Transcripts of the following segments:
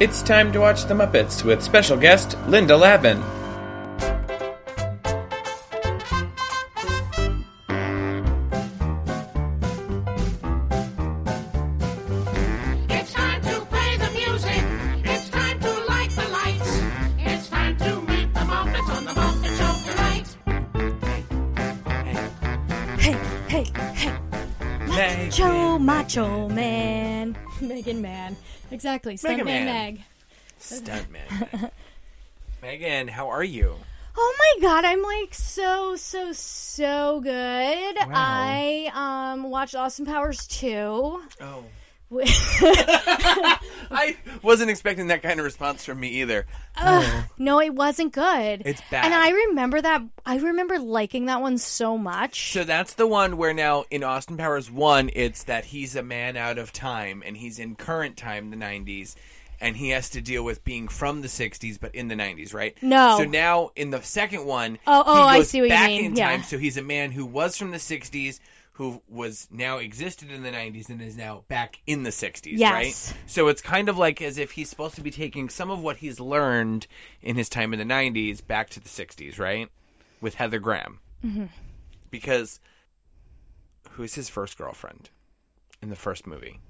It's time to watch The Muppets with special guest Linda Lavin. It's time to play the music. It's time to light the lights. It's time to meet the Muppets on the Muppet Show tonight. Hey, hey, hey. Macho, macho man. Megan Man. Exactly. Stuntman Man. Meg. Stuntman. Megan, how are you? Oh my god, I'm like so, so, so good. I um watched Austin Powers 2. Oh. Wi- I wasn't expecting that kind of response from me either. no, it wasn't good. It's bad. And I remember that I remember liking that one so much. So that's the one where now in Austin Powers 1, it's that he's a man out of time and he's in current time, the 90s, and he has to deal with being from the 60s but in the 90s, right? No. So now in the second one, Oh, oh, I he goes see what you back mean, in yeah. time, so he's a man who was from the 60s. Who was now existed in the 90s and is now back in the 60s, Yes. right? So it's kind of like as if he's supposed to be taking some of what he's learned in his time in the 90s back to the 60s, right? With Heather Graham. Mm-hmm. Because who's his first girlfriend in the first movie?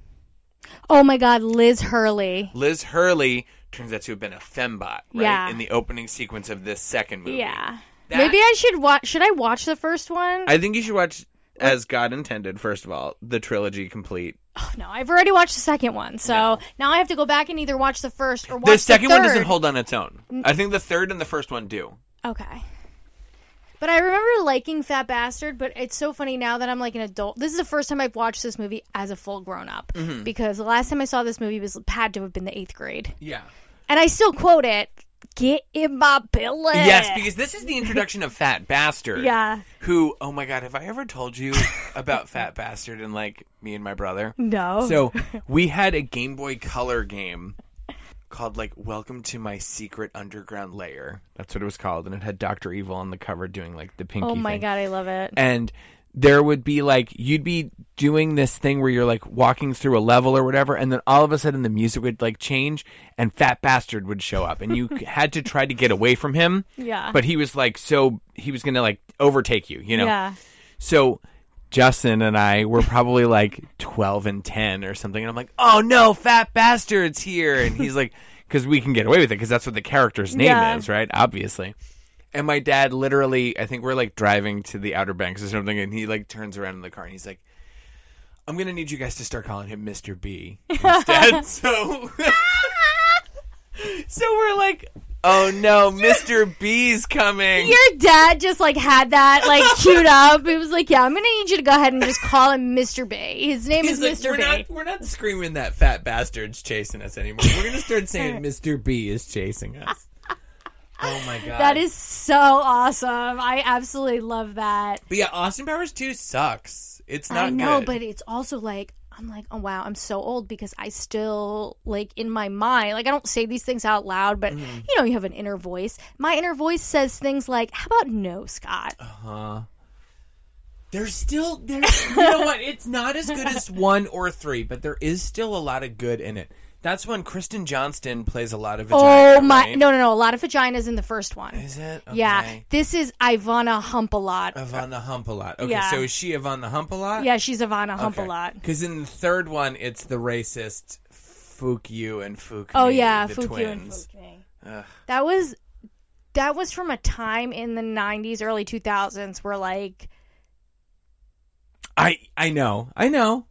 oh my god, Liz Hurley. Liz Hurley turns out to have been a fembot, right? Yeah. In the opening sequence of this second movie. Yeah. That- Maybe I should watch should I watch the first one? I think you should watch as God intended, first of all, the trilogy complete. No, I've already watched the second one, so now I have to go back and either watch the first or watch the second one doesn't third. Mm. hold on its own. I think the third and the first one do. Okay. But I remember liking Fat Bastard, but it's so funny now that I'm like an adult. This is the first time I've watched this movie as a full grown up Mm-hmm. because the last time I saw this movie was had to have been the eighth grade, Yeah. and I still quote it. Get in my belly. Yes, because this is the introduction of Fat Bastard. Yeah. Who, oh my God, have I ever told you about Fat Bastard and like me and my brother? no. So we had a Game Boy Color game called like Welcome to My Secret Underground Layer. That's what it was called, and it had Doctor Evil on the cover doing like the pinky. oh my thing. god, I love it. And there would be like you'd be doing this thing where you're like walking through a level or whatever, and then all of a sudden the music would like change, and Fat Bastard would show up, and you had to try to get away from him. Yeah. But he was like so he was gonna like overtake you, you know. Yeah. So Justin and I were probably like 12 and 10 or something. And I'm like, oh no, fat bastard's here. And he's like, because we can get away with it because that's what the character's name Yeah. is, right? Obviously. And my dad literally, I think we're like driving to the Outer Banks or something. And he like turns around in the car and he's like, I'm going to need you guys to start calling him Mr. B instead. so. so we're like, oh no, Mr. B's coming. Your dad just like had that like queued up. It was like, yeah, I'm gonna need you to go ahead and just call him Mr. B. His name He's like, is Mr. we're B. not we're not screaming that fat bastard's chasing us anymore. We're gonna start saying Mr. B is chasing us. Oh my god. That is so awesome. I absolutely love that. But yeah, Austin Powers 2 sucks. It's not I know, good. but it's also like I'm like, oh wow, I'm so old because I still like in my mind, like I don't say these things out loud, but Mm-hmm. you know, you have an inner voice. My inner voice says things like, "How about no, Scott?" there's still there's you know what? It's not as good as one or three, but there is still a lot of good in it. That's when Kristen Johnston plays a lot of vagina. oh my, right? no, no, no, a lot of vaginas in the first one. Is it? Yeah, Okay. this is Ivana Hump a lot. Yvonne the Hump a lot. Okay, Yeah. so is she Yvonne the Hump a lot? yeah, she's Ivana Hump a lot. Because in the third one, it's the racist Fook you and Fook. Oh me, yeah, the Fuku and twins. Fuku. That was that was from a time in the '90s, early 2000s, where like I I know, I know,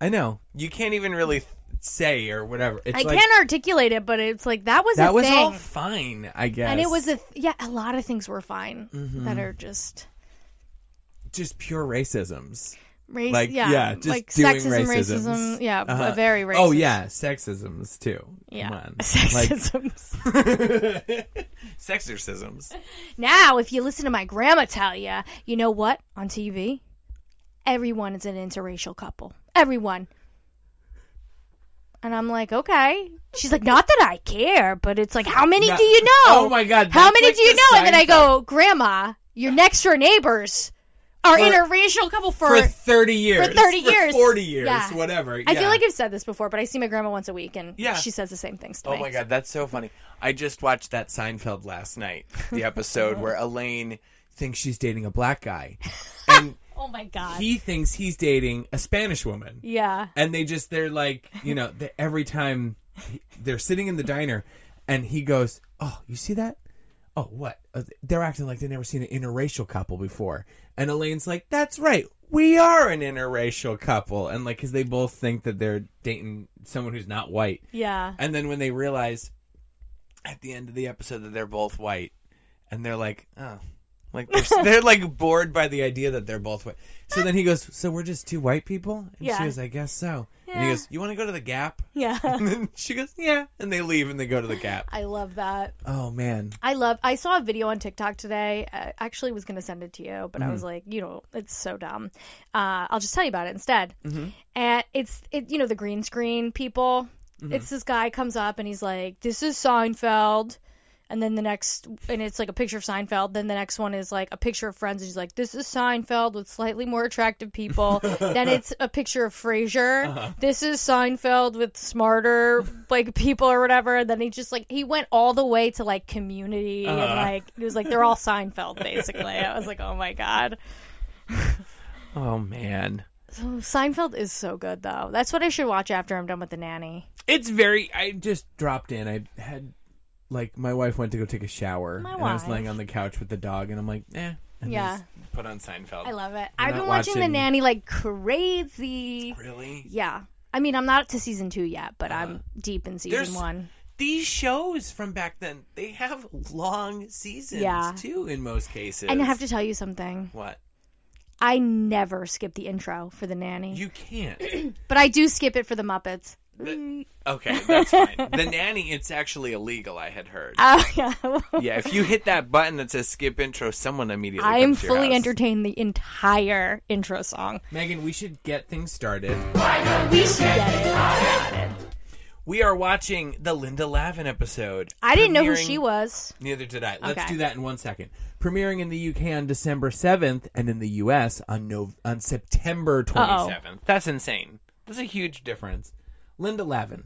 I know. You can't even really say or whatever. It's I like, can't articulate it, but it's like that was That a was thing, all fine, I guess. and it was a th- yeah. A lot of things were fine Mm-hmm. that are just just pure racisms. race, Like yeah, yeah, just like doing sexism, racisms. racism, yeah, Uh-huh. a very racist. Oh yeah, sexisms too. yeah, Come on. Like, sexisms. sexorcisms. now, if you listen to my grandma tell you, you know what on TV, everyone is an interracial couple. Everyone. And I'm like, okay. She's like, not that I care, but it's like, how many No- do you know? Oh my God, How that's many like do you the know? And then I Seinfeld- go, Grandma, your next door neighbors our For- interracial couple for, for 30 years. 30 years. 40 years, Yeah. whatever. I yeah. feel like I've said this before, but I see my grandma once a week, and Yeah. she says the same things to Oh me. my god, that's so funny. I just watched that Seinfeld last night, the episode where Elaine thinks she's dating a black guy. And Oh my god. he thinks he's dating a Spanish woman. yeah. and they just they're like you know the, every time he- they're sitting in the diner and he goes oh you see that oh what Uh, they're acting like they've never seen an interracial couple before and elaine's like that's right we are an interracial couple and like because they both think that they're dating someone who's not white Yeah. and then when they realize at the end of the episode that they're both white and they're like, "Oh." Like they're, they're like bored by the idea that they're both white. so then he goes so we're just two white people and Yeah. she goes i guess so and he Yeah. goes you want to go to the gap Yeah. and then she goes yeah And they leave and they go to the gap. I love that. oh man I love. I saw a video on TikTok today. I actually was going to send it to you, but I was like, you know, it's so dumb. Uh, I'll just tell you about it instead. And it's it, you know, the green screen people. It's this guy comes up and he's like, "This is Seinfeld," and then the next, and it's like a picture of Seinfeld. Then the next one is like a picture of Friends, and he's like, "This is Seinfeld with slightly more attractive people." then it's a picture of Frasier. Uh-huh. This is Seinfeld with smarter like people or whatever. And then he just like he went all the way to like Community Uh-huh. and like he was like they're all Seinfeld basically. I was like, oh my god. Oh man. Oh, Seinfeld is so good though. That's what I should watch after I'm done with the nanny. It's very. I just dropped in. I had like my wife went to go take a shower, and I was wife. laying on the couch with the dog, and I'm like, eh. And Yeah. just Put on Seinfeld. I love it. I've not been watching, the watching- nanny like crazy. Really? Yeah. I mean, I'm not to season two yet, but I'm deep in season Uh-huh. there's- one. These shows from back then, they have long seasons Yeah. too in most cases. And I have to tell you something. What? I never skip the intro for the nanny, You can't. but I do skip it for the Muppets. Okay, that's fine. the nanny, it's actually illegal, I had heard. Oh yeah. yeah, if you hit that button that says skip intro, someone immediately I am comes to your fully house. entertained the entire intro song. Megan, we should get things started. We should get it. We are watching the Linda Lavin episode. I didn't know who premiering- she was. Neither did I. Let's Okay. do that in one second. Premiering in the UK on December seventh, and in the US on no- on September Uh-oh. twenty seventh. Seventh. That's insane. That's a huge difference. Friends, Linda Lavin.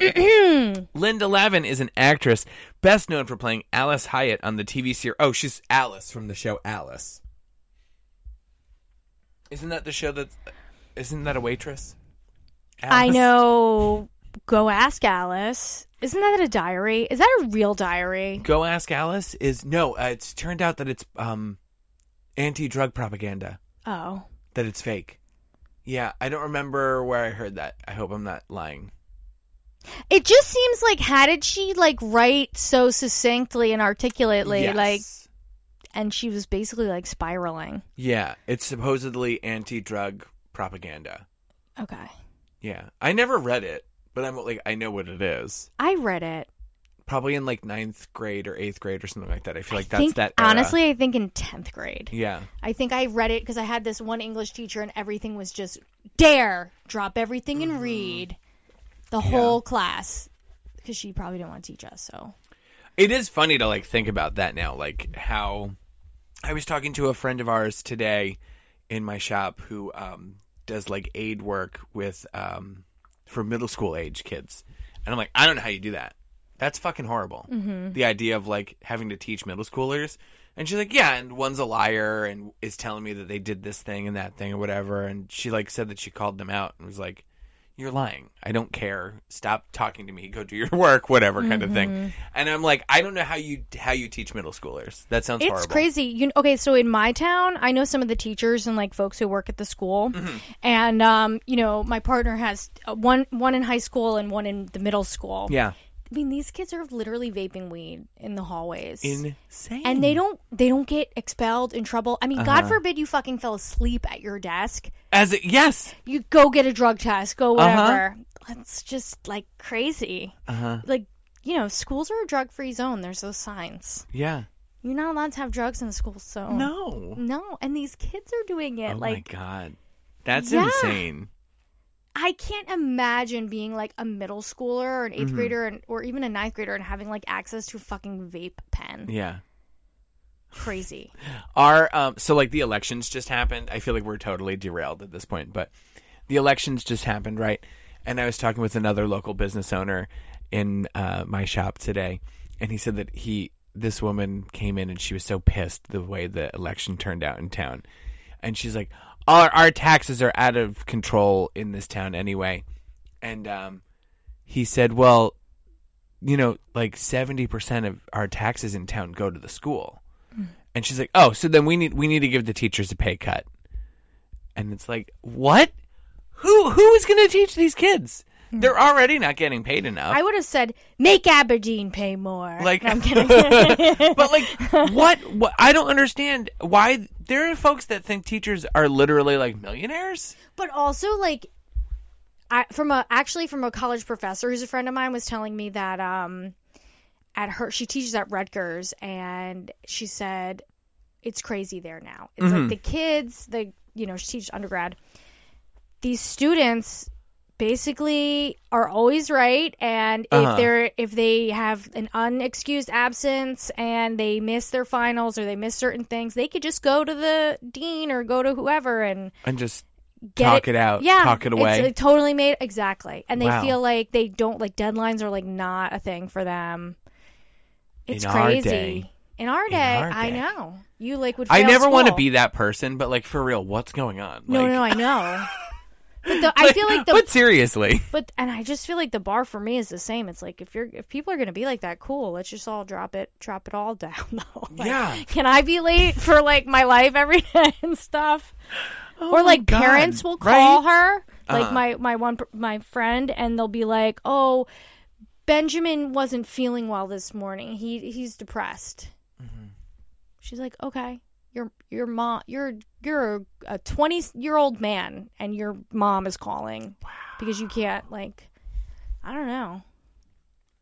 Linda Lavin is an actress best known for playing Alice Hyatt on the TV series. Oh, she's Alice. It's from the show Alice. Isn't that the show that? Isn't that a waitress? I Alice? know. Go ask Alice. Isn't that a diary? Is that a real diary? Go ask Alice is no. Uh, it's turned out that it's um, anti-drug propaganda. Oh, That it's fake. Yeah, I don't remember where I heard that. I hope I'm not lying. it just seems like how did she like write so succinctly and articulately? Yes. Like, and she was basically like spiraling. yeah, it's supposedly anti-drug propaganda. Okay, Yeah, I never read it, but I'm like I know what it is. I read it. Probably in like ninth grade or eighth grade or something like that. I feel like I that's think, that. era. honestly, I think in tenth grade. Yeah. I think I read it because I had this one English teacher, and everything was just dare drop everything Mm. and read the whole class because she probably didn't want to teach us. So It is funny to like think about that now, like how I was talking to a friend of ours today in my shop who um, does like aid work with um, for middle school age kids, and I'm like, I don't know how you do that. That's fucking horrible. The idea of like having to teach middle schoolers, and she's like, yeah, and one's a liar and is telling me that they did this thing and that thing or whatever, and she like said that she called them out and was like, you're lying. I don't care. Stop talking to me. Go do your work, whatever kind of thing. And I'm like, I don't know how you how you teach middle schoolers. That sounds it's horrible. crazy. You okay? So in my town, I know some of the teachers and like folks who work at the school, Mm-hmm. and um, you know, my partner has uh, one one in high school and one in the middle school. Yeah. I mean, these kids are literally vaping weed in the hallways. Insane. and they don't they don't get expelled in trouble. I mean, Uh-huh. God forbid you fucking fell asleep at your desk. as it, yes, you go get a drug test, go Uh-huh. whatever. That's just like crazy. Like, you know, schools are a drug free zone. There's those signs. yeah. You're not allowed to have drugs in the school zone. No. No, and these kids are doing it. Oh my like, god, that's Yeah. insane. I can't imagine being like a middle schooler or an 8th Mm-hmm. grader and, or even a ninth grader and having like access to a fucking vape pen. Yeah. crazy. Are um, so like the elections just happened. I feel like we're totally derailed at this point, but the elections just happened, right? And I was talking with another local business owner in uh, my shop today, and he said that he this woman came in and she was so pissed the way the election turned out in town, and she's like, "Our our taxes are out of control in this town anyway," and um, he said, "Well." You know, like 70% of our taxes in town go to the school. Hmm. And she's like, "Oh, so then we need we need to give the teachers a pay cut." And it's like, "What? Who who is going to teach these kids? Hmm. They're already not getting paid enough." I would have said make Aberdeen pay more. like No, I'm kidding. But like what what I don't understand why there are folks that think teachers are literally like millionaires? but also like I, from a actually from a college professor who's a friend of mine was telling me that um at her she teaches at Rutgers and she said it's crazy there now. It's like the kids, the you know, she teaches undergrad. These students basically are always right and if they're if they have an unexcused absence and they miss their finals or they miss certain things, they could just go to the dean or go to whoever and And just get Talk it out, yeah, talk it away. It's, it totally made exactly, and they Wow. feel like they don't like deadlines are like not a thing for them. It's In our crazy. day. in our day, our I day. know you like would. I fail never want to school. be that person, but like for real, what's going on? No, like, no, no, I know. But the, I feel like the But seriously. but and I just feel like the bar for me is the same. It's like if you're if people are gonna be like that, cool. Let's just all drop it, drop it all down though. Like, Yeah. Can I be late for like my life every day and stuff? or like Oh God, Uh-uh. parents will call her, like my my one pr- my friend, and they'll be like, oh. Benjamin wasn't feeling well this morning. He he's depressed. Mm-hmm. She's like, okay, your your mom, you're you're a twenty year old man, and your mom is calling because you can't like, I don't know,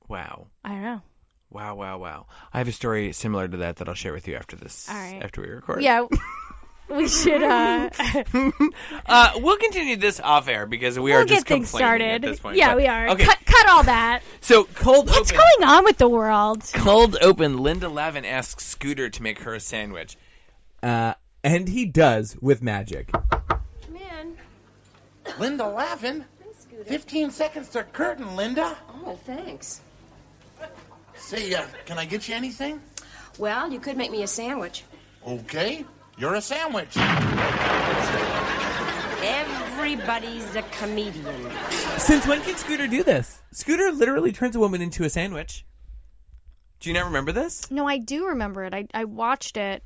Wow. I don't know. Wow, wow, wow. I have a story similar to that that I'll share with you after this All right. after we record. Yeah, we should. uh Uh, we'll continue this off air because we are We'll just get things complaining started. at this point. yeah, But- we are. Okay, Cut cut all that. so cold What's open. going on with the world? cold open. Linda Lavin asks Scooter to make her a sandwich. Uh, and he does with magic. Man. Linda laughing. Thanks, Scooter. 15 seconds to curtain, Linda. Oh, thanks. Say, uh, can I get you anything? Well, you could make me a sandwich. Okay, you're a sandwich. Everybody's a comedian. Since when can Scooter do this? Scooter literally turns a woman into a sandwich. Do you not remember this? No, I do remember it. I I watched it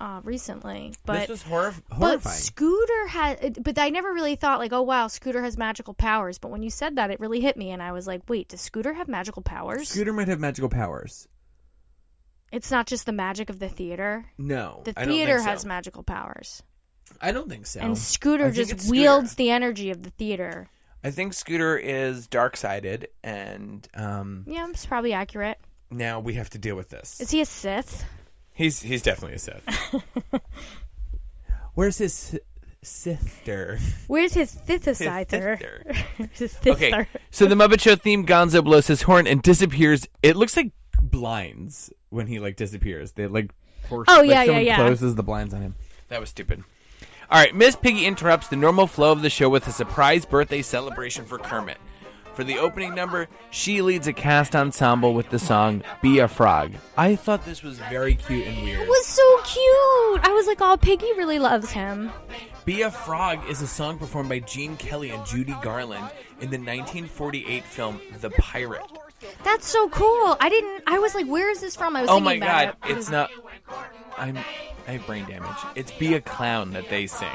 uh recently, this but was horri- But horrifying. Scooter has, but I never really thought like, oh wow, Scooter has magical powers. But when you said that, it really hit me, and I was like, wait, does Scooter have magical powers? Scooter might have magical powers. It's not just the magic of the theater. No, The I don't theater think so. has magical powers, I don't think so. and I Scooter think just it's wields Scooter. the energy of the theater. I think Scooter is dark sided, and um, Yeah, it's probably accurate. now we have to deal with this. Is he a Sith? he's he's definitely a Sith. Where's his sister? Where's his synthesizer? his thither. Okay, so the Muppet Show theme, Gonzo blows his horn and disappears. It looks like blinds when he like disappears. They like horse. Oh, like, yeah, yeah, someone yeah. Closes the blinds on him. That was stupid. All right, Miss Piggy interrupts the normal flow of the show with a surprise birthday celebration for Kermit. For the opening number, she leads a cast ensemble with the song Be a Frog. I thought this was very cute and weird. It was so cute. I was like, oh, Piggy really loves him. Be a Frog is a song performed by Gene Kelly and Judy Garland in the 1948 film The Pirate. That's so cool. I didn't. I was like, where is this from? I was Oh my thinking about god, it. It it's was- not I'm I have brain damage. It's Be a Clown that they sing,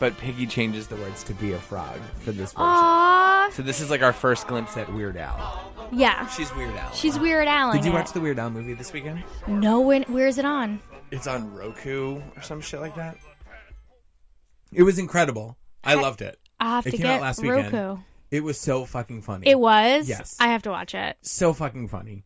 but Piggy changes the words to Be a Frog for this version. Aw, So this is like our first glimpse at Weird Al. yeah. She's Weird Al. She's Weird Al. Did in you it. watch the Weird Al movie this weekend? No, when, where is it on? It's on Roku or some shit like that. It was incredible. I loved it. I have it to came out get last weekend. Roku. It was so fucking funny. It was. Yes. I have to watch it. so fucking funny.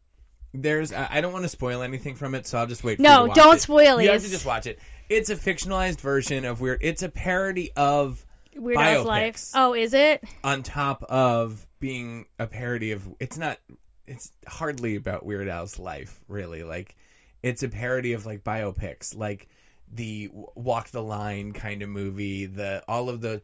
There's I I don't want to spoil anything from it, so I'll just wait. for No, you to watch don't it. spoil You it. have to just watch it. It's a fictionalized version of Weird. It's a parody of Weird biopics Al's life. Oh, is it? on top of being a parody of. It's not. It's hardly about Weird Al's life, really. Like, It's a parody of like biopics, like the w- Walk the Line kind of movie, the all of the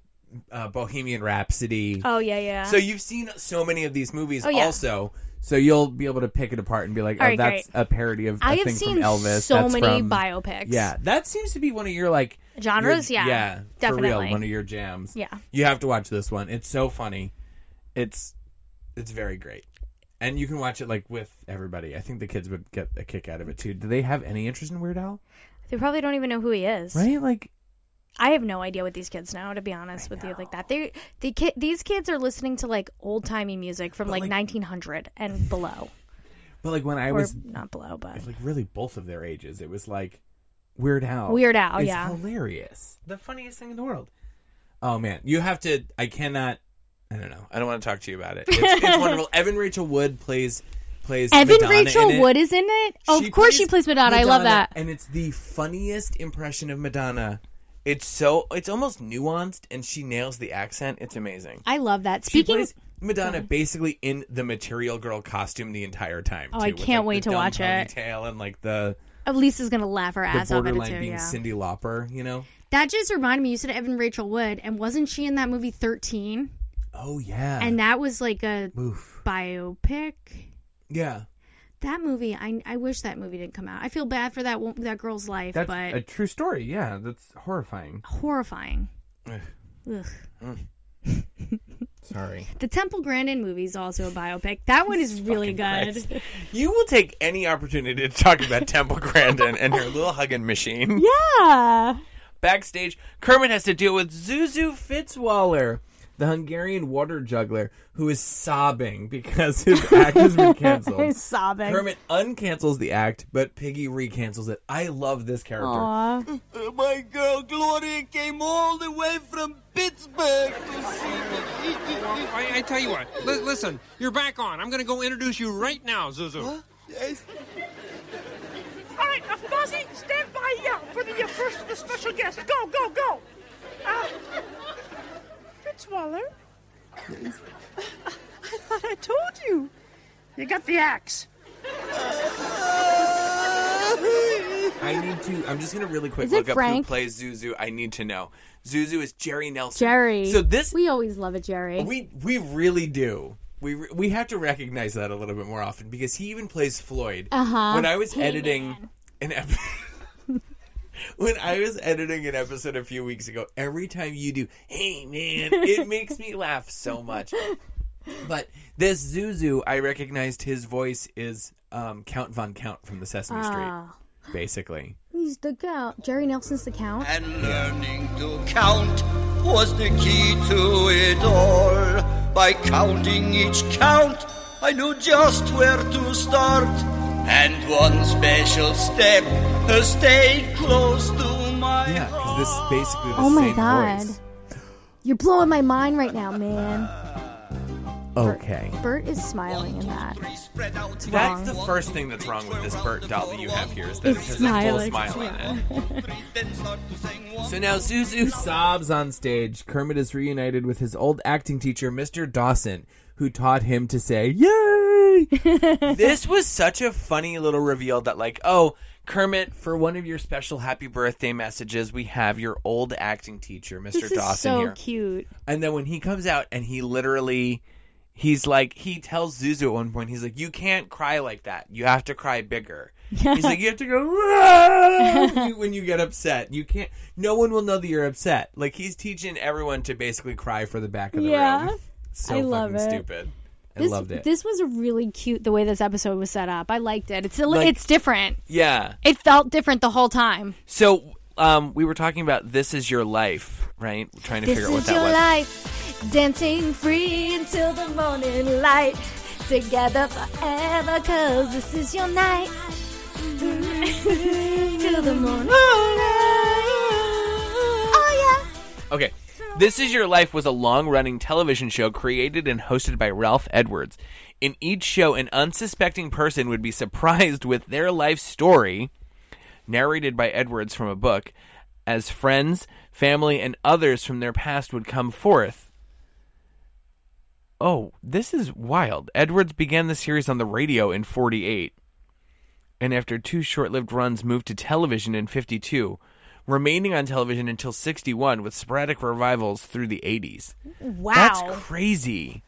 uh, Bohemian Rhapsody. Oh yeah, yeah. So you've seen so many of these movies Oh, yeah. also. So you'll be able to pick it apart and be like, "Oh, All right, that's great. a parody of a I have thing seen from Elvis." so that's many from- biopics. Yeah, that seems to be one of your like Genres? your- Yeah, yeah, for real, definitely. one of your jams. Yeah. you have to watch this one. It's so funny. It's it's very great, and you can watch it like with everybody. I think the kids would get a kick out of it too. Do they have any interest in Weird Al? They probably don't even know who he is. Right? Like, I have no idea what these kids know, to be honest with you. Like that, they the ki- these kids are listening to like old timey music from like, like- 1900 and below, but like when I or was not below, but like really both of their ages, it was like Weird Al. Weird Al, is yeah. hilarious. The funniest thing in the world. Oh man, you have to. I cannot. I don't know. I don't want to talk to you about it. It's, it's wonderful. Evan Rachel Wood plays plays Evan Madonna Rachel in it. Wood is in it. Oh, of course she plays Madonna. I love that. And it's the funniest impression of Madonna. It's so it's almost nuanced, and she nails the accent. It's amazing. I love that. She Speaking, plays Madonna basically in the Material Girl costume the entire time. Oh, too, I with, like, can't the wait to dumb watch it. Ponytail and like the Elisa's gonna laugh her the ass off at it borderline too. being Yeah. Cindy Lauper, you know? that just reminded me. You said Evan Rachel Wood, and wasn't she in that movie 13? Oh yeah. And that was like a Oof. biopic. Yeah. That movie, I, I wish that movie didn't come out. I feel bad for that wo- that girl's life, That's but Oh, a true story. Yeah, that's horrifying. horrifying. Ugh. Ugh. Sorry. The Temple Grandin movie is also a biopic. That one is really good. You will take any opportunity to talk about Temple Grandin and her little hugging machine. Yeah. Backstage, Kermit has to deal with Zuzu. Zuzu Fitzwaller, the Hungarian water juggler, who is sobbing because his act has been canceled. sobbing. Kermit uncancels the act, but Piggy recancels it. I love this character. Uh, My girl Gloria came all the way from Pittsburgh to see me. I, I tell you what, li- listen, you're back on. I'm going to go introduce you right now, Zuzu. Yes, All right, now, Fozzie, stand by yeah, for the uh, first of the special guest. Go, go, go. Uh, Fitzwaller, I thought I told you. You got the axe. I need to. I'm just gonna really quick Is it look up Frank? who plays Zuzu. I need to know. Zuzu is Jerry Nelson. Jerry. So this we always love a Jerry. we we really do. We re- we have to recognize that a little bit more often because he even plays Floyd. Uh-huh. When I was editing an ep- when I was editing an episode a few weeks ago, every time you do, "Hey man," it makes me laugh so much. But this Zuzu, I recognized his voice is um, Count von Count from the Sesame Ah. Street, basically. He's the count. Jerry Nelson's the count. and learning to count was the key to it all. By counting each count, I knew just where to start. And one special step stayed close to my Yeah, 'cause this is basically the Oh my same God. voice. You're blowing my mind right now, man. Okay. Bert is smiling in that. spread out. That's the first thing that's wrong with this Bert doll that you have here is that it has a It's full smiling. smile on it. Then start to sing one. So now Zuzu sobs on stage. Kermit is reunited with his old acting teacher, Mr. Dawson, who taught him to say, Yay! this was such a funny little reveal that like oh kermit for one of your special happy birthday messages we have your old acting teacher mr This dawson is so here cute. and then when he comes out and he literally he's like he tells zuzu at one point he's like you can't cry like that you have to cry bigger he's like you have to go "Ah!" "Whoa!" When you- when you get upset, you can't, no one will know that you're upset. Like, he's teaching everyone to basically cry for the back of the Yeah. room. So I love fucking it. stupid. I This, loved it. this was a really cute the way this episode was set up. I liked it. It's a, Like- it's different. yeah It felt different the whole time. so um, we were talking about this is your life right trying to This figure out what is that your was life, dancing free until the morning light. Together forever, cause this is your night. Till the morning light. Oh, Okay. This Is Your Life was a long running television show created and hosted by Ralph Edwards. In each show, an unsuspecting person would be surprised with their life story, narrated by Edwards from a book, as friends, family, and others from their past would come forth. Oh, this is wild. Edwards began the series on the radio in 48. and after two short lived runs, moved to television in 52, remaining on television until 61 with sporadic revivals through the 80s. Wow. That's crazy.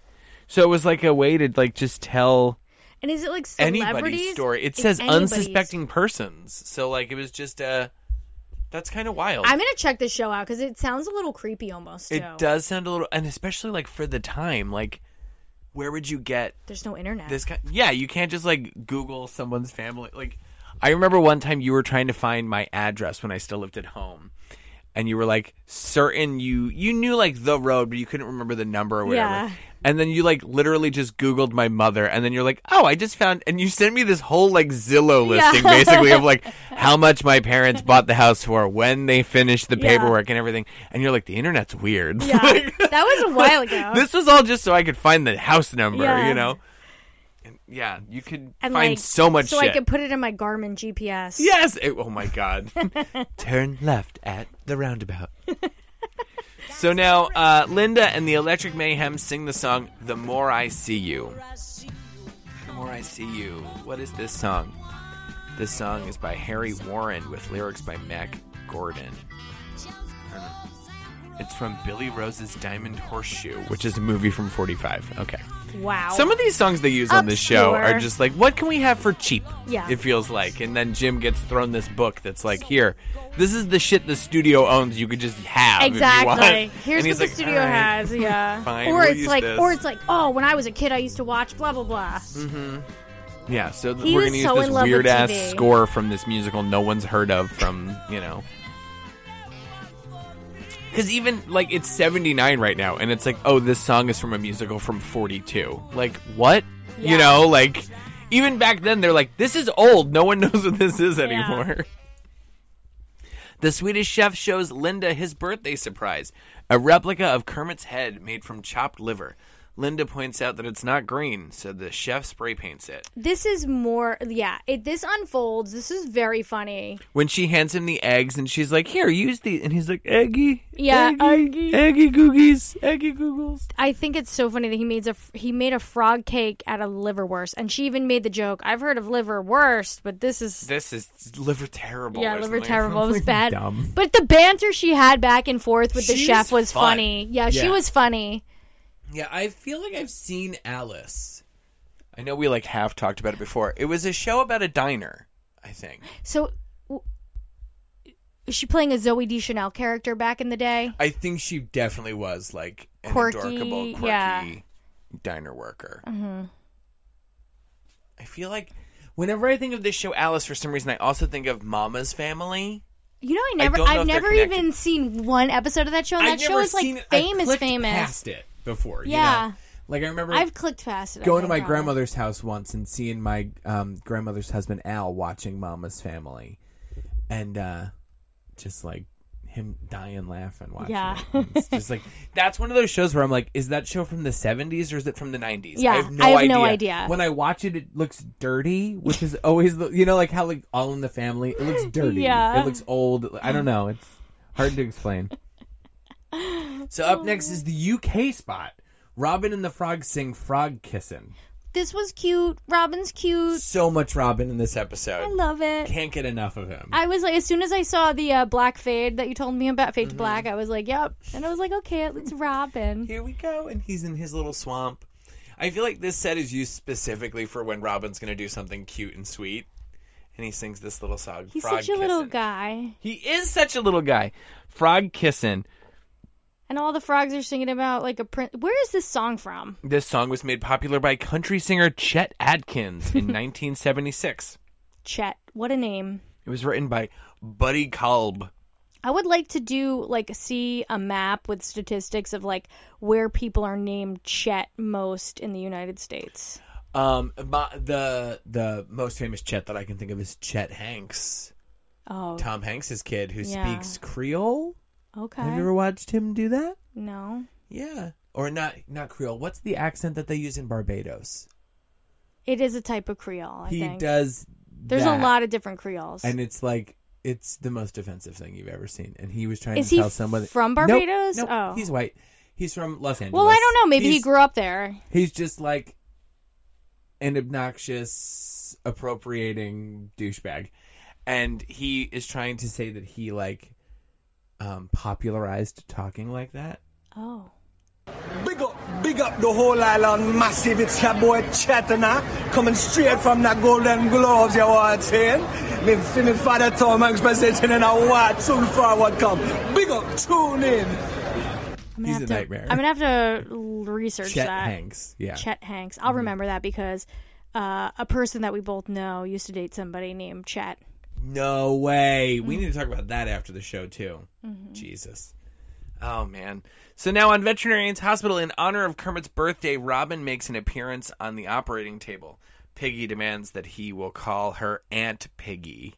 So it was like a way to like just tell and is it like anybody's celebrities? story. It It's says anybody's. unsuspecting persons. So like it was just uh that's kind of wild. I'm gonna check this show out because it sounds a little creepy almost. Too. it does sound a little and especially like for the time like where would you get There's no internet. this kind yeah you can't just like google someone's family like i remember one time you were trying to find my address when i still lived at home and you were like certain you you knew like the road but you couldn't remember the number or whatever Yeah. and then you like literally just googled my mother and then you're like oh i just found and you sent me this whole like zillow Yeah. listing basically of like how much my parents bought the house for when they finished the Yeah. paperwork and everything and you're like the internet's weird Yeah, Like- that was a while ago. this was all just so I could find the house number, Yeah. you know. And yeah, you could and find like, so much so shit. I could put it in my Garmin GPS. yes. It- oh my god. Turn left at the roundabout. so now uh, Linda and the Electric Mayhem sing the song "The More I See You." The more I see you. What is this song? This song is by Harry Warren with lyrics by Mac Gordon. It's from Billy Rose's Diamond Horseshoe, which is a movie from 45. Okay. Wow. Some of these songs they use on this show Obscure. are just like, what can we have for cheap? Yeah. It feels like. And then Jim gets thrown this book that's like, here, this is the shit the studio owns you could just have. if you want." Exactly. Here's And he's what the like, studio "All right." has. Yeah. Fine, or we'll it's use like, this. Mm-hmm. or it's like, oh, when I was a kid, I used to watch blah blah blah. Yeah, so th- He we're was going to so use in this love with weird ass TV. score from this musical no one's heard of from, you know. Because even, like, it's 79 right now, and it's like, oh, this song is from a musical from 42. Like, what? Yeah. You know, like, even back then, they're like, this is old. No one knows what this is anymore. The Swedish chef shows Linda his birthday surprise a replica of Kermit's head made from chopped liver. Linda points out that it's not green, so the chef spray paints it. This is more. Yeah. It this unfolds. This is very funny. when she hands him the eggs and she's like, "Here, use these," and he's like, "Eggy, Yeah, eggy, eggy." eggy googies, eggy googles." I think it's so funny that he made a he made a frog cake out of liverwurst, and she even made the joke. I've heard of liverwurst, but this is This is liver terrible. yeah, or liver something. terrible. It was bad. dumb. But the banter she had back and forth with the She's chef was fun. funny. Yeah, she Yeah. was funny. Yeah, I feel like I've seen Alice. I know we like half talked about it before. It was a show about a diner, I think. So. w- Is she playing a Zoe Deschanel character back in the day? I think she definitely was like an Quirky, adorable, quirky yeah. diner worker. Mm-hmm. I feel like whenever I think of this show, Alice, for some reason, I also think of Mama's Family. You know, I never, don't know I've if they're never connected. even seen one episode of that show. And that I've show never is like seen it. I've famous, clicked famous. Past it before, you Yeah. know? Like I remember I've clicked past it. I going to think, my probably. grandmother's house once and seeing my um, grandmother's husband Al watching Mama's Family, and uh, just like him dying laughing watching. Yeah. it. And It's just like that's one of those shows where I'm like, is that show from the 70s or is it from the 90s? Yeah, I have no I have idea. no idea. When I watch it, it looks dirty, which is always the, you know like how like All in the Family, it looks dirty. Yeah. it looks old. I don't know. It's hard to explain. So Oh, up next is the UK spot. Robin and the Frog sing "Frog Kissin." This was cute. Robin's cute. so much Robin in this I episode. love it. Can't get enough of him. I was like, as soon as I saw the uh, black fade that you told me about, fade to black, I was like, yep. And I was like, okay, at least Robin. here we go and he's in his little swamp i feel like this set is used specifically for when robin's going to do something cute and sweet and he sings this little song He's frog such a little Kissin'. guy. he is such a little guy frog kissing And all the frogs are singing about like a prince. Where is this song from? this song was made popular by country singer chet atkins in 1976 Chet. What a name. it was written by buddy kolb I would like to do like see a map with statistics of like where people are named Chet most in the United States. Um, my, the the most famous Chet that I can think of is Chet Hanks, Oh, Tom Hanks's kid, who Yeah. speaks Creole. okay. Have you ever watched him do that? no, Yeah, or not not Creole. What's the accent that they use in Barbados? it is a type of Creole. I he think does. There's that, a lot of different Creoles. and it's like it's the most offensive thing you've ever seen. And he was trying Is to he tell someone from Nope, Barbados? nope, Oh. he's white. He's from Los Angeles. well, I don't know. Maybe he He's- grew up there. He's just like an obnoxious, appropriating douchebag, and he is trying to say that he like um, popularized talking like that. Oh. Big up, big up the whole island massive. It's your boy Chetana coming straight from the Golden Globes, you know what I'm saying? Me, me father Tom Hanks presenting in a white soon forward come. Big up, tune in. I'm gonna He's have a to, nightmare. I'm gonna have to l- research Chet that. Hanks, yeah. Mm-hmm. Chet Hanks. I'll remember that because uh, a person that we both know used to date somebody named Chet. No way. We Mm-hmm. need to talk about that after the show too. Jesus. Oh man. So now on Veterinarians Hospital, in honor of Kermit's birthday, Robin makes an appearance on the operating table. Piggy demands that he will call her Aunt Piggy.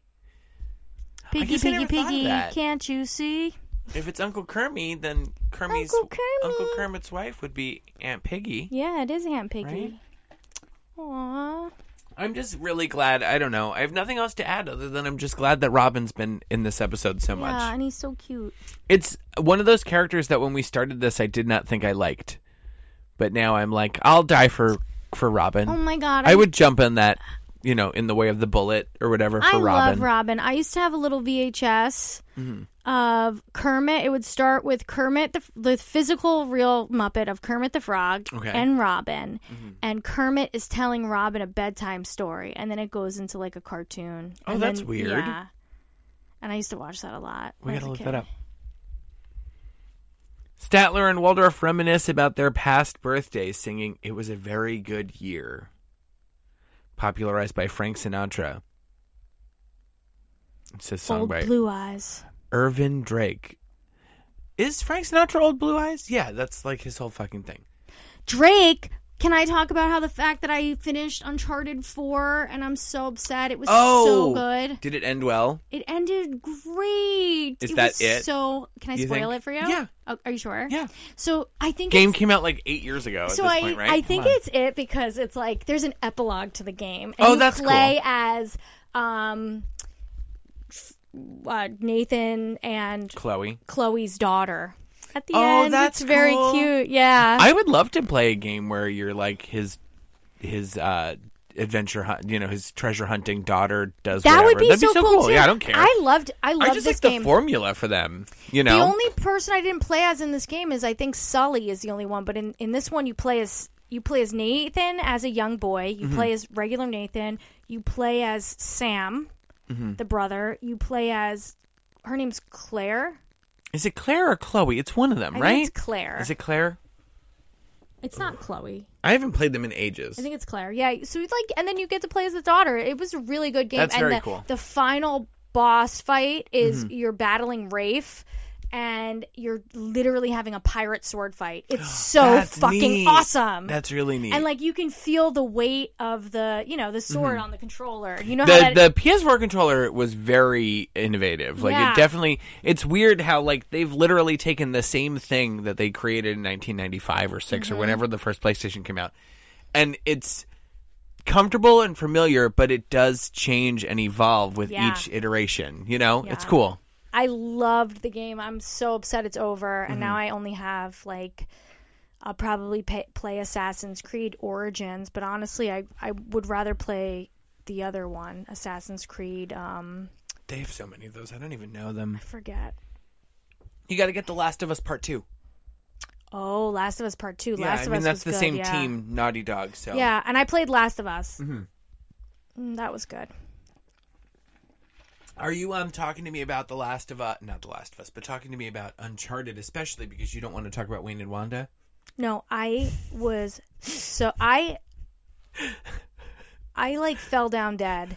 Piggy, guess I piggy, never thought of piggy. that. Can't you see? If it's Uncle Kermit, then Kermit's Uncle Uncle, Kermit. Kermit's wife would be Aunt Piggy. Yeah, it is Aunt Piggy. Aww. I'm just really glad. I don't know. I have nothing else to add other than I'm just glad that Robin's been in this episode so much. Yeah, and he's so cute. It's one of those characters that when we started this, I did not think I liked, but now I'm like, I'll die for for Robin. Oh my God, I, I- would jump in that, you know, in the way of the bullet or whatever for I Robin. Mm-hmm. love Robin. I used to have a little VHS of Kermit. It would start with Kermit, the, the physical, real Muppet of Kermit the Frog Okay. and Robin. Mm-hmm. And Kermit is telling Robin a bedtime story. And then it goes into like a cartoon. Oh, And that's then- weird. Yeah. And I used to watch that a lot. We when I gotta was look a that kid. up. Statler and Waldorf reminisce about their past birthdays, singing "It was a very good year," popularized by Frank Sinatra. It's a song Old by Blue Eyes. Irvin Drake. Is Frank Sinatra old blue eyes? Yeah, that's like his whole fucking thing. Drake. Can I talk about how the fact that I finished Uncharted 4 and I'm so upset? It was so good. Oh! Did it end well? It ended great. Is it that was it? So, can I You spoil think? it for you? Yeah. Oh, are you sure? Yeah. So I think Game it's- came out like eight years ago. So at this I point, right? I Come think on. it's it because it's like there's an epilogue to the game. And Oh, you that's play cool. as um, f- uh, Nathan and Chloe. Chloe's daughter. At the Oh, end, that's it's very cool. cute. Yeah. I would love to play a game where you're like his his uh adventure hunt. You know, his treasure hunting daughter does. That whatever. would be That'd so, be so cool. cool. too. Yeah, I don't care. I loved. I loved I just this like game. the formula for them. You know, The only person I didn't play as in this game is I think Sully is the only one, but in, in this one you play as you play as Nathan as a young boy, you Mm-hmm. Mhm. play as regular Nathan, you play as Sam, Mhm. the brother, you play as her name's Claire. is it Claire or Chloe? It's one of them, I right? think it's Claire. Is it Claire? It's not Chloe. I haven't played them in ages. I think it's Claire. Yeah. So it's like and then you get to play as the daughter. It was a really good game. That's and very the, cool. the final boss fight is Mhm. you're battling Rafe and you're literally having a pirate sword fight. It's so That's fucking neat. awesome. That's really neat. And like you can feel the weight of the, you know, the sword Mm-hmm. on the controller. You know the how that the PS4 controller was very innovative. Like Yeah. it definitely. It's weird how like they've literally taken the same thing that they created in 1995 or 6 or Mm-hmm. Mhm. whenever the first PlayStation came out, and it's comfortable and familiar, but it does change and evolve with Yeah. each iteration. You know, it's Yeah. cool. I loved the game. I'm so upset it's over, and now Mhm. I only have like I'll probably pay, play Assassin's Creed Origins, but honestly, I I would rather play the other one, Assassin's Creed. Um, They have so many of those. I don't even know them. forget. You got to get The Last of Us Part Two. Oh, Last of Us Part Two. yeah, Last I of mean Us that's the was good, same yeah. team, Naughty Dog. So Yeah, and I played Last of Us. Mhm. Mm, that was good. Are you um talking to me about The Last of Us? Not The Last of Us, but talking to me about Uncharted, especially because you don't want to talk about Wayne and Wanda. No, I was so I I like fell down dead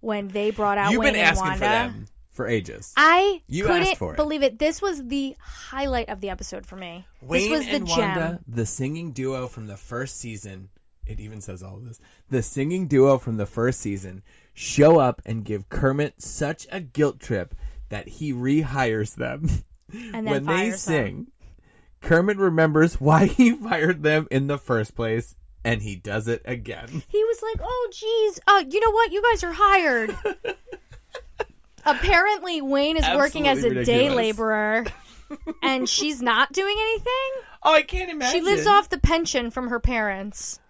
when they brought out You've Wayne been and asking Wanda. for them for ages. I You couldn't asked for it. believe it. This was the highlight of the episode for me. Wayne this was the and gem. Wanda, the singing duo from the first season. It even says all of this. The singing duo from the first season show up and give Kermit such a guilt trip that he rehires them. And then when they fires them. sing, Kermit remembers why he fired them in the first place, and he does it again. He was like, "Oh, geez, uh, you know what? You guys are hired." Apparently, Wayne is working as a Absolutely day ridiculous. laborer, and she's not doing anything. Oh, I can't She lives imagine. off the pension from her parents.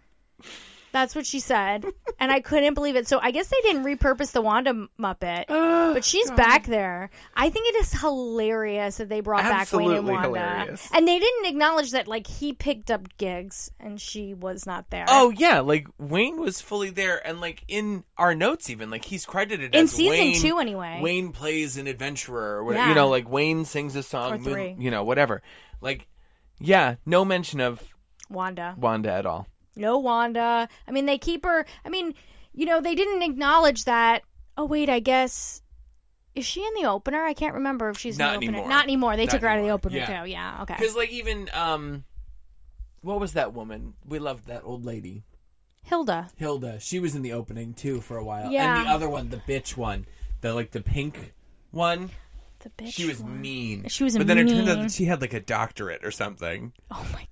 That's what she said, and I couldn't believe it. So I guess they didn't repurpose the Wanda Muppet, Oh, but she's back there. I think it is hilarious that they brought back Wayne Absolutely and Wanda, hilarious. and they didn't acknowledge that like he picked up gigs and she was not there. Oh yeah, like Wayne was fully there, and like in our notes, even like he's credited In as season Wayne- two, anyway. Wayne plays an adventurer, or whatever, Yeah. you know, like Wayne sings a Or song, three. you know, whatever. Like, yeah, no mention of Wanda. Wanda at all. no Wanda. I mean, they keep her. I mean, you know, they didn't acknowledge that. Oh wait, I guess is she in the opener? I can't remember if she's Not in the opener. anymore. Not anymore. They Not took her out of the opener anymore. Yeah. too. Yeah. Okay. Because like even um, what was that woman? We loved that old lady, Hilda. Hilda. She was in the opening too for a while, Yeah. and the other one, the bitch one, the like the pink one. The bitch. She was mean. She was but then it turned out mean. that she had like a doctorate or something. Oh my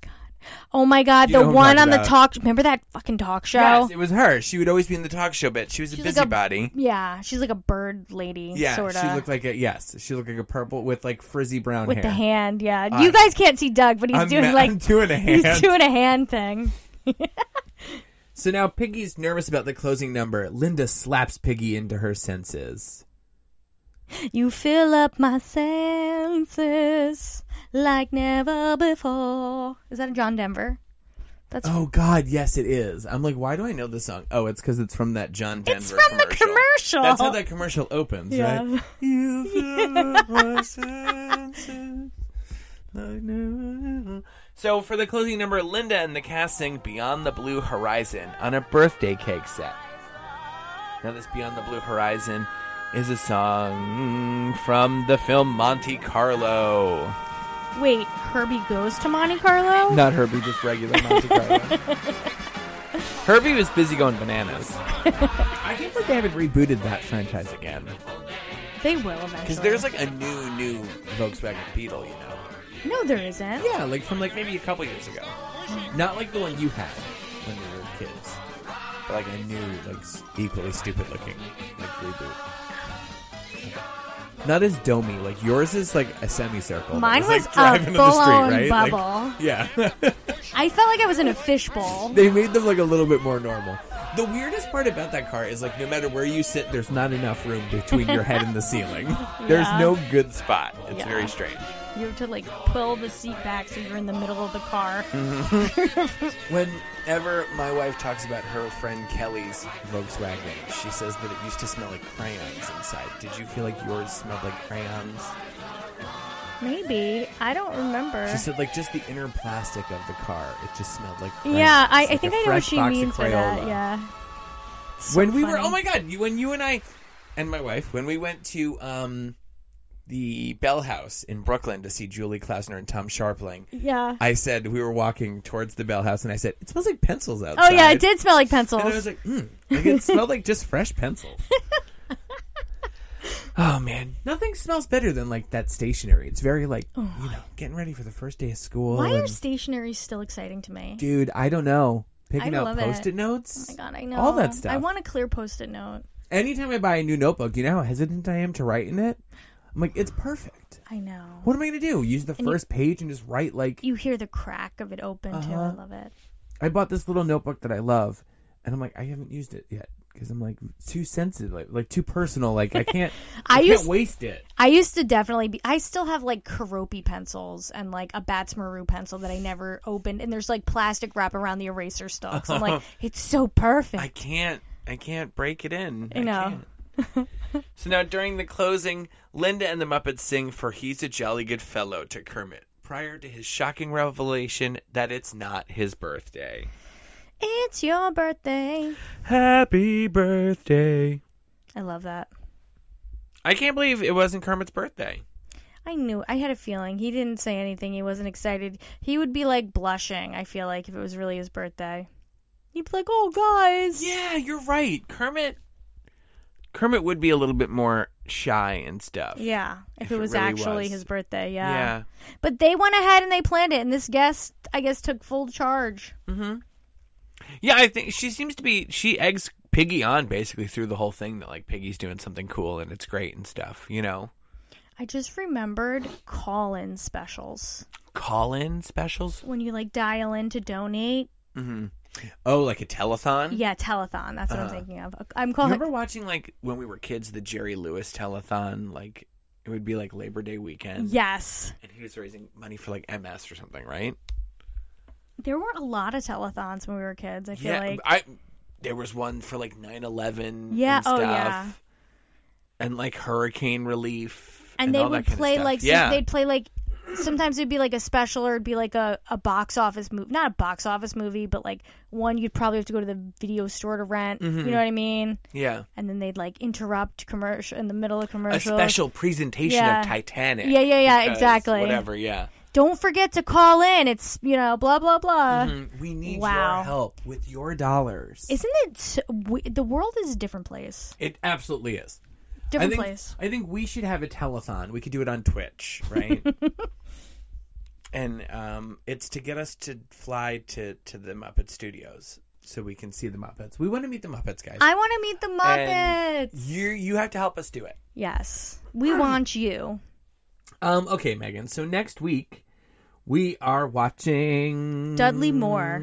god, You know the who I'm one on talking the about. talk. Remember that fucking talk show? Yes, it was her. She would always be in the talk show bit. She was a She's like a- busybody. yeah, she's like a bird lady, Yeah, sort she of. looked like a yes. She looked like a purple with like frizzy brown With hair. the hand, yeah. I- you guys can't see Doug, but he's I'm doing ma- like I'm doing a He's hand. doing a hand thing. So now Piggy's nervous about the closing number. Linda slaps Piggy into her senses. You fill up my senses like never before. Is that a John Denver? That's Oh God, yes, it is. I'm like, why do I know this song? Oh, it's because it's from that John Denver. it's from the commercial. commercial. That's how that commercial opens, Yeah. right? You fill up my senses like never- So, for the closing number, Linda and the cast sing Beyond the Blue Horizon on a birthday cake set. Now, this Beyond the Blue Horizon is a song from the film Monte Carlo. Wait, Herbie goes to Monte Carlo? Not Herbie, just regular Monte Carlo. Herbie was busy going bananas. I can't believe they haven't rebooted that franchise again. They will eventually. Because there's like a new, new Volkswagen Beetle, you know. no, there isn't. Yeah, like from like Maybe a couple years ago. not like the one you had when you were kids, but like a new, like s- equally stupid looking like reboot. Not as domey. Like yours is like a semicircle. that Mine was like, a driving in the street, full-on right? Like, bubble. yeah. I felt like I was in a fishbowl. They made them like a little bit more normal. The weirdest part about that car is like no matter where you sit, there's not enough room between your head and the ceiling. There's Yeah. no good spot. It's Yeah. very strange. You have to like pull the seat back so you're in the middle of the car. Whenever my wife talks about her friend Kelly's Volkswagen, she says that it used to smell like crayons inside. Did you feel like yours smelled like crayons? Maybe. I don't remember. She said like just the inner plastic of the car, it just smelled like crayons. yeah, I, like I a think I know what fresh she box of means by that. Crayola. Yeah. when we were funny. oh my god you, when you and i and my wife when we went to um the bell house in brooklyn to see julie klausner and tom sharpling Yeah. i said we were walking towards the bell house and i said it smells like pencils Oh outside yeah, it did smell like pencils. and i was like mm. like it smelled like just fresh pencils oh man nothing smells better than like that stationery it's very like you know getting ready for the first day of school Why are and- stationeries still exciting to me? dude i don't know picking I up love it. post-it notes Oh my god, I know. all that stuff I want a clear post-it note. Anytime I buy a new notebook, do you know how hesitant I am to write in it? I'm like, it's perfect. I know. What am I going to do? Use the And you- first page and just write like You hear the crack of it open too. I Uh-huh. love it. I bought this little notebook that I love, and I'm like, I haven't used it yet because I'm like too sensitive, like, like too personal. Like I can't, I I, can't used- waste it. I used to definitely be. I still have like Karopi pencils and like a Bats Maru pencil that I never opened, and there's like plastic wrap around the eraser stalks. I'm like, Uh-huh. it's so perfect. I can't. I can't break it in. I know. can't. so now during the closing, Linda and the Muppets sing for "He's a Jolly Good Fellow" to Kermit prior to his shocking revelation that it's not his birthday. it's your birthday. Happy birthday! I love that. I can't believe it wasn't Kermit's birthday. I knew. I had a feeling he didn't say anything. He wasn't excited. He would be like blushing. I feel like if it was really his birthday, he'd be like, "Oh, guys." Yeah, you're right. Kermit. Kermit would be a little bit more shy and stuff. Yeah, if, If it it was really actually was. his birthday, yeah. Yeah. But they went ahead and they planned it, and this guest, I guess, took full charge. Yeah, I think she seems to be. She eggs Piggy on basically through the whole thing that like Piggy's doing something cool and it's great and stuff. You know, I just remembered call-in specials call in specials. when you like dial in to donate. Mhm. Oh, like a telethon? Yeah, telethon. That's what I'm Uh, thinking of. I'm You calling. remember watching like when we were kids the Jerry Lewis telethon? Like it would be like Labor Day weekend. Yes. And he was raising money for like MS or something, right? There were a lot of telethons when we were kids. I feel like. I there was one for like 9/11 Yeah, and oh, stuff. yeah. And like hurricane relief and they all that would kind of play stuff. like so yeah. they'd play like sometimes it'd be like a special or it'd be like a, a box office movie not a box office movie but like one you'd probably have to go to the video store to rent Mhm. you know what i mean Yeah. and then they'd like interrupt commercial in the middle of a commercial special presentation Yeah. of Titanic. yeah yeah yeah because exactly Whatever, yeah. don't forget to call in it's you know blah blah blah We need Wow. your help with your dollars. isn't it so, we, the world is a different place It absolutely is. Different I think, place. I think we should have a telethon. We could do it on Twitch, right? and um, it's to get us to fly to, to the Muppet Studios so we can see the Muppets. We want to meet the Muppets, guys. i want to meet the And muppets You you have to help us do it. yes we want you Um, okay, Megan. So next week we are watching Dudley Moore.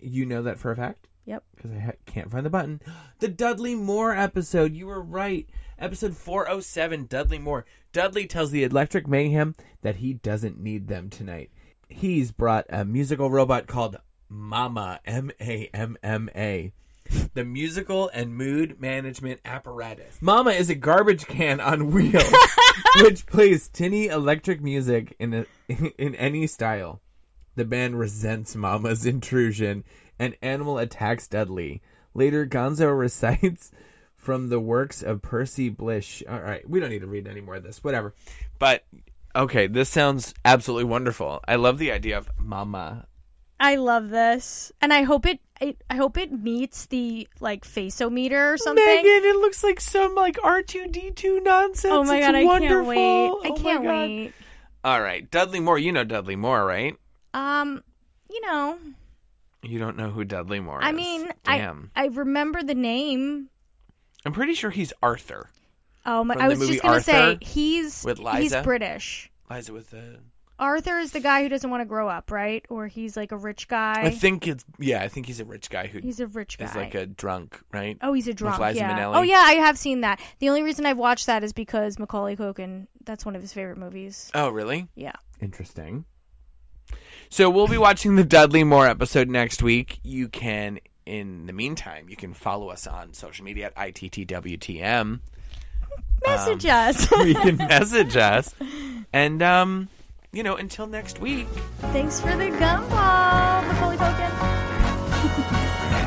You know that for a fact. Yep. Because I ha- can't find the button. The Dudley Moore episode. You were right. Episode 407, Dudley Moore. Dudley tells the Electric Mayhem that he doesn't need them tonight. He's brought a musical robot called Mama, M A M M A, the musical and mood management apparatus. Mama is a garbage can on wheels, which plays tinny electric music in, a, in any style. The band resents Mama's intrusion, and Animal attacks Dudley. Later, Gonzo recites from the works of Percy Blish. All right, we don't need to read any more of this. Whatever. But okay, this sounds absolutely wonderful. I love the idea of Mama. I love this, and I hope it. I, I hope it meets the like faceometer or something. Megan, it looks like some like R two D two nonsense. oh my It's god, I can't wonderful. wait! I Oh my can't God. wait. All right, Dudley Moore. You know Dudley Moore, right? Um, you know, You don't know who Dudley Moore I is. mean, Damn. I I remember the name. I'm pretty sure he's Arthur. Oh my! From I the was movie just gonna say Arthur he's with he's Liza? British. Liza with the Arthur is the guy who doesn't want to grow up, right? Or he's like a rich guy. I think it's yeah. I think he's a rich guy who He's a rich Is guy. like a drunk, right? Oh, he's a With drunk. Liza yeah. Minnelli. Oh, yeah. I have seen that. The only reason I've watched that is because Macaulay Culkin. That's one of his favorite movies. Oh, really? Yeah. Interesting. So we'll be watching the Dudley Moore episode next week. You can, in the meantime, you can follow us on social media at ittwtm. Message Um, us. you can message us, and um, you know, until next week. Thanks for the gumball, Macaulay Culkin.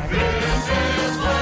This is what